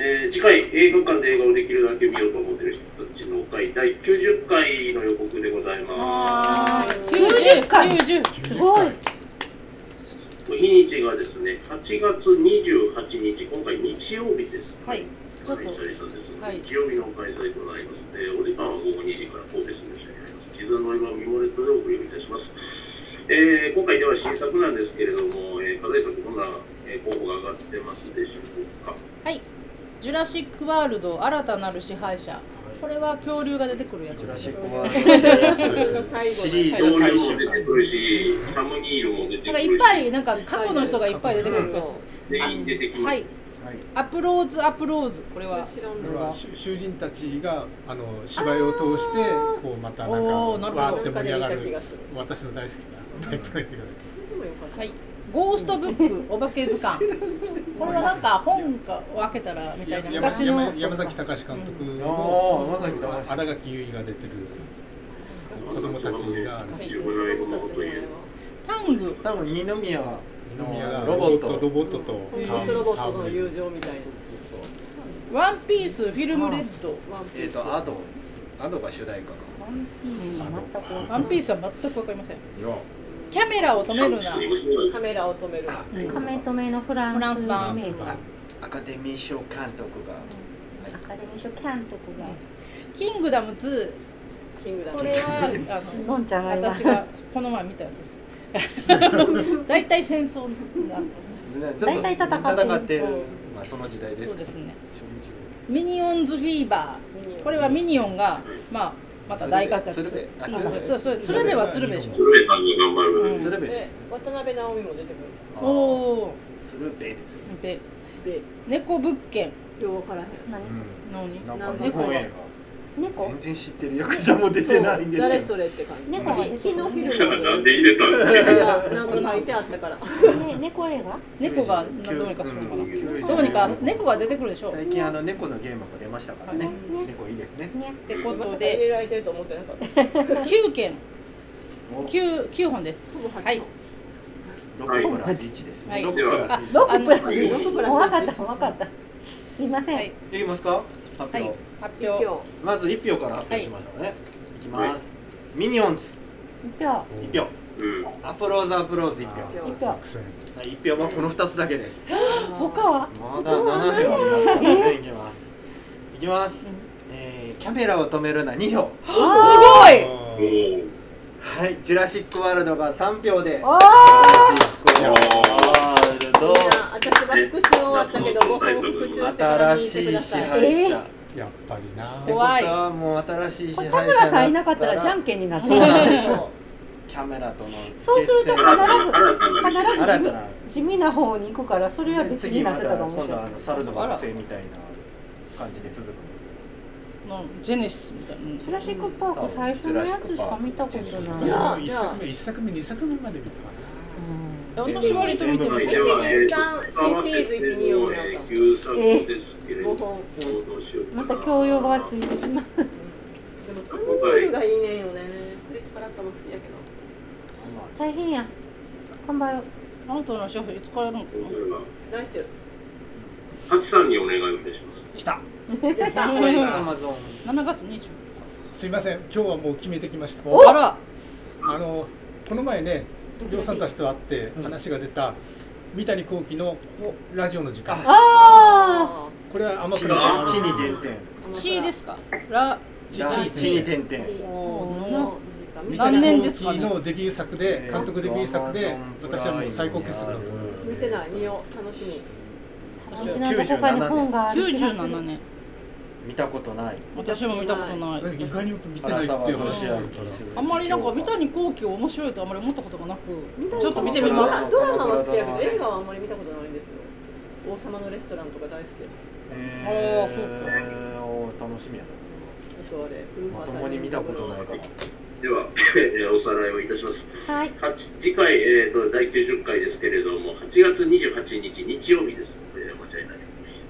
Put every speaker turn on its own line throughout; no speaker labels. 次回映画館で映画をできるだけ見ようと思ってる人たちの会第90回の予告でございま
九十回。九
すごい。
す。日にちがですね、8月28日、今回日曜日です。
はい。
ちょっと、です
はい
日曜日の開催となります。えーお時間は午後2時から神戸市の社になります。地図の今見漏れとでお送りをいたします。えー今回では新作なんですけれども、えー、風井さん、どんな、えー候補が上がってますでしょうか。
ジュラシックワールド新たなる支配者。これは恐竜が出てくるやつ
ジュラ
です
シ
よ
ッ
ね。
クワー
の
ルド
最後
シリー
恐
ズ
竜も
最終
出て
回
くるし、サムニールも出て
な
く
んか
るし、
いっぱいなんか過去の人がいっぱい出てくるんですよ。
全員出てきます。
はい。
はい、
アプローズアプローズこれは。
これは囚囚人たちがあの芝居を通してこうまたなんか
おーなるほど
わーって盛り上がる私の大好きなタイプの映画で
はい。ゴーストブックお化け図鑑。これはなんか本かを開けたらみたいな
山
昔の。
山山崎隆監督
あ
の
あ山崎
あ
だ
新垣結衣が出てる子供たちが
自分の英語のことを言う。
タング。
多分二宮
二宮が
の
ロボ
ロボ
ッ
ッ
ト
ト
ロボットと
友情みたいな。
ワンピースフィルムレッド。
えっ、とアドアドが主題歌か
ワンピースは全くわかりません。
いや
キャメラを止めるな。
カメラを止める。
カメ止めのフランス
フランス版
メイクア
あアカデミー賞監督が、はい
カデミー賞キャンとこが
キングダム2。
キングダム
こ。れはあの。
ゴンちゃんが今
私がこの前見たやつです。大体戦争が
ずっと
大体戦ってる
るまあその時代です
そうですね。
初日
ミニオンズフィーバー。これはミニオンがまあまた大活躍す
鶴瓶
る。
あ
あ
鶴瓶
そうそう鶴瓶は鶴瓶でしょ。
鶴瓶さんが頑張る。
うん
鶴瓶で
です渡辺直美も出てくる。
あー
おお。
鶴瓶ですね
で
で
猫物件
両方からへん
の
何
に
なん
なん
か
か
日本映画
猫
全然知ってる役者も出てないんですけ
誰
ど
それって感じ。
猫が出てくるね
昨日
なんで入れたんですか。
なんか書いてあったから。
ね猫映画
猫がどうにかするのかな。
うん
どうにか猫が出てくるでしょ。
最近あの猫のゲームが出ましたからね
ね
猫いいですね
ね
ってこと
入
で
れられてると思ってなかった。
9件
お
9 9本です。はい。
6プラス1です
は
ね
い
6プラス
ロ
1
ックプラス
ロッ
1
クプラス一
わかったわかったすいません、
はい
いきますか発
はい
表
発
今
表。
日
まず1票から発表しましょうねいきますミニオンズ
一票
1票
うん。
アプローズアプローズ1票
票
一票
はい1票はこの2つだけです
他は
まだ7票ありますからねいきますいきますえーキャメラを止めるな2票
すごい。
お
い
ー
はいジュラシックワールドが3票でジュ
お
ラシックワールド。
私は復習終わったけど、ご本復習してから
新
見てく
しい
だ
支
さい。
配者。
ーやっぱりな
怖い
ってことはもう新しい支
こ
配
れ
者
田村さんいなかったらじゃん
け
けんになっち
そう なんで
ゃ
す
う
よ。キャメラとの
そうすると
新
決戦
たな新たな
必
新たな。
地味な方に行くからそれは別に
次
なっ
ま
て
た
たかも
今
し
度
れ
はあ
ない
の猿の惑星みたいな感じで続くんですよ。
のジェネシスみたいな。
ジュラシック・パーク最初のやつしか見たことない
私
や
も一作目一作目二作目まで見たか
私割と見てま
はい
し
で
た。
は、えー、旧作ですけれど
ご
も、
本。
どうしようかな
また教養がついてしまう
でも、サムネイルがいいねんよね。クリス・パラットも好きやけど。
大変や頑張ろう
あんたのシェフいつからやるのかな。
来 週。
ハチさんにお願いをいたします。
来た。
やった。
アマゾン。
7月20
なすいません今日はもう決めてきました
あら
あのこの前ね亮さんたちと会って話が出た三谷幸喜のラジオの時間
あ
あ
これはアマ
地
プ
に
ラ
点
で
地に点点。
地ですかラ
地に地に点点。
の何
三谷
年
幸
ですかね
喜のデビュー作で監督デビュー作で私はもう最高傑作だと思います
見てない、見よう、楽しみ。
あうちのどこかに本がある気がする
97年
見たことない。
私も見たことない
意外に見てないっていう話やるから
あんまりなんか三谷幸喜を面白いとあんまり思ったことがなくちょっと見て
ド
みます
す
ラマは好きやけど、映画はあんまり見たことないんですよ。王様のレストランとか大好きや
え
あーそうか
ーおー楽しみや
あとあれ、古
な。まともに見たことないから。
では、えー、おさらいをいたします。
はい
はち次回、えー、と第90回ですけれども、8月28日、日曜日です。えー、間違いない。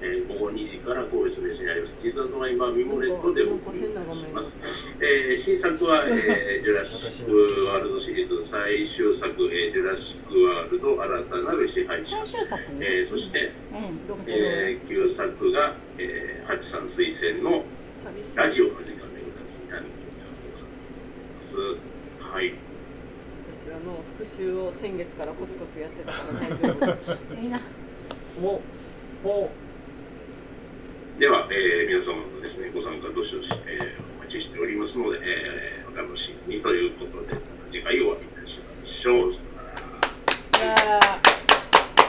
えー、午後2時から神戸スメシにあります。地図の今、ミモレットでお送りいたします。えー、新作は、え ー、ジュラシック・ワールドシリーズ最終作、えー、ジュラシック・ワールド新たなる支配者
最。終作ね
えー、そして、
うん
えー、旧作が、ええーハチさん推薦の
寂しい。
ラジオの時間でございます。痛みにございます。はい。
私はもう復習を先月からコツコツやってたから大丈夫。
いいな。
おお
では、えー皆様のですね、ご参加どしどし、えーお待ちしておりますので、えーお楽しみにということで、また次回お会いいたしましょう。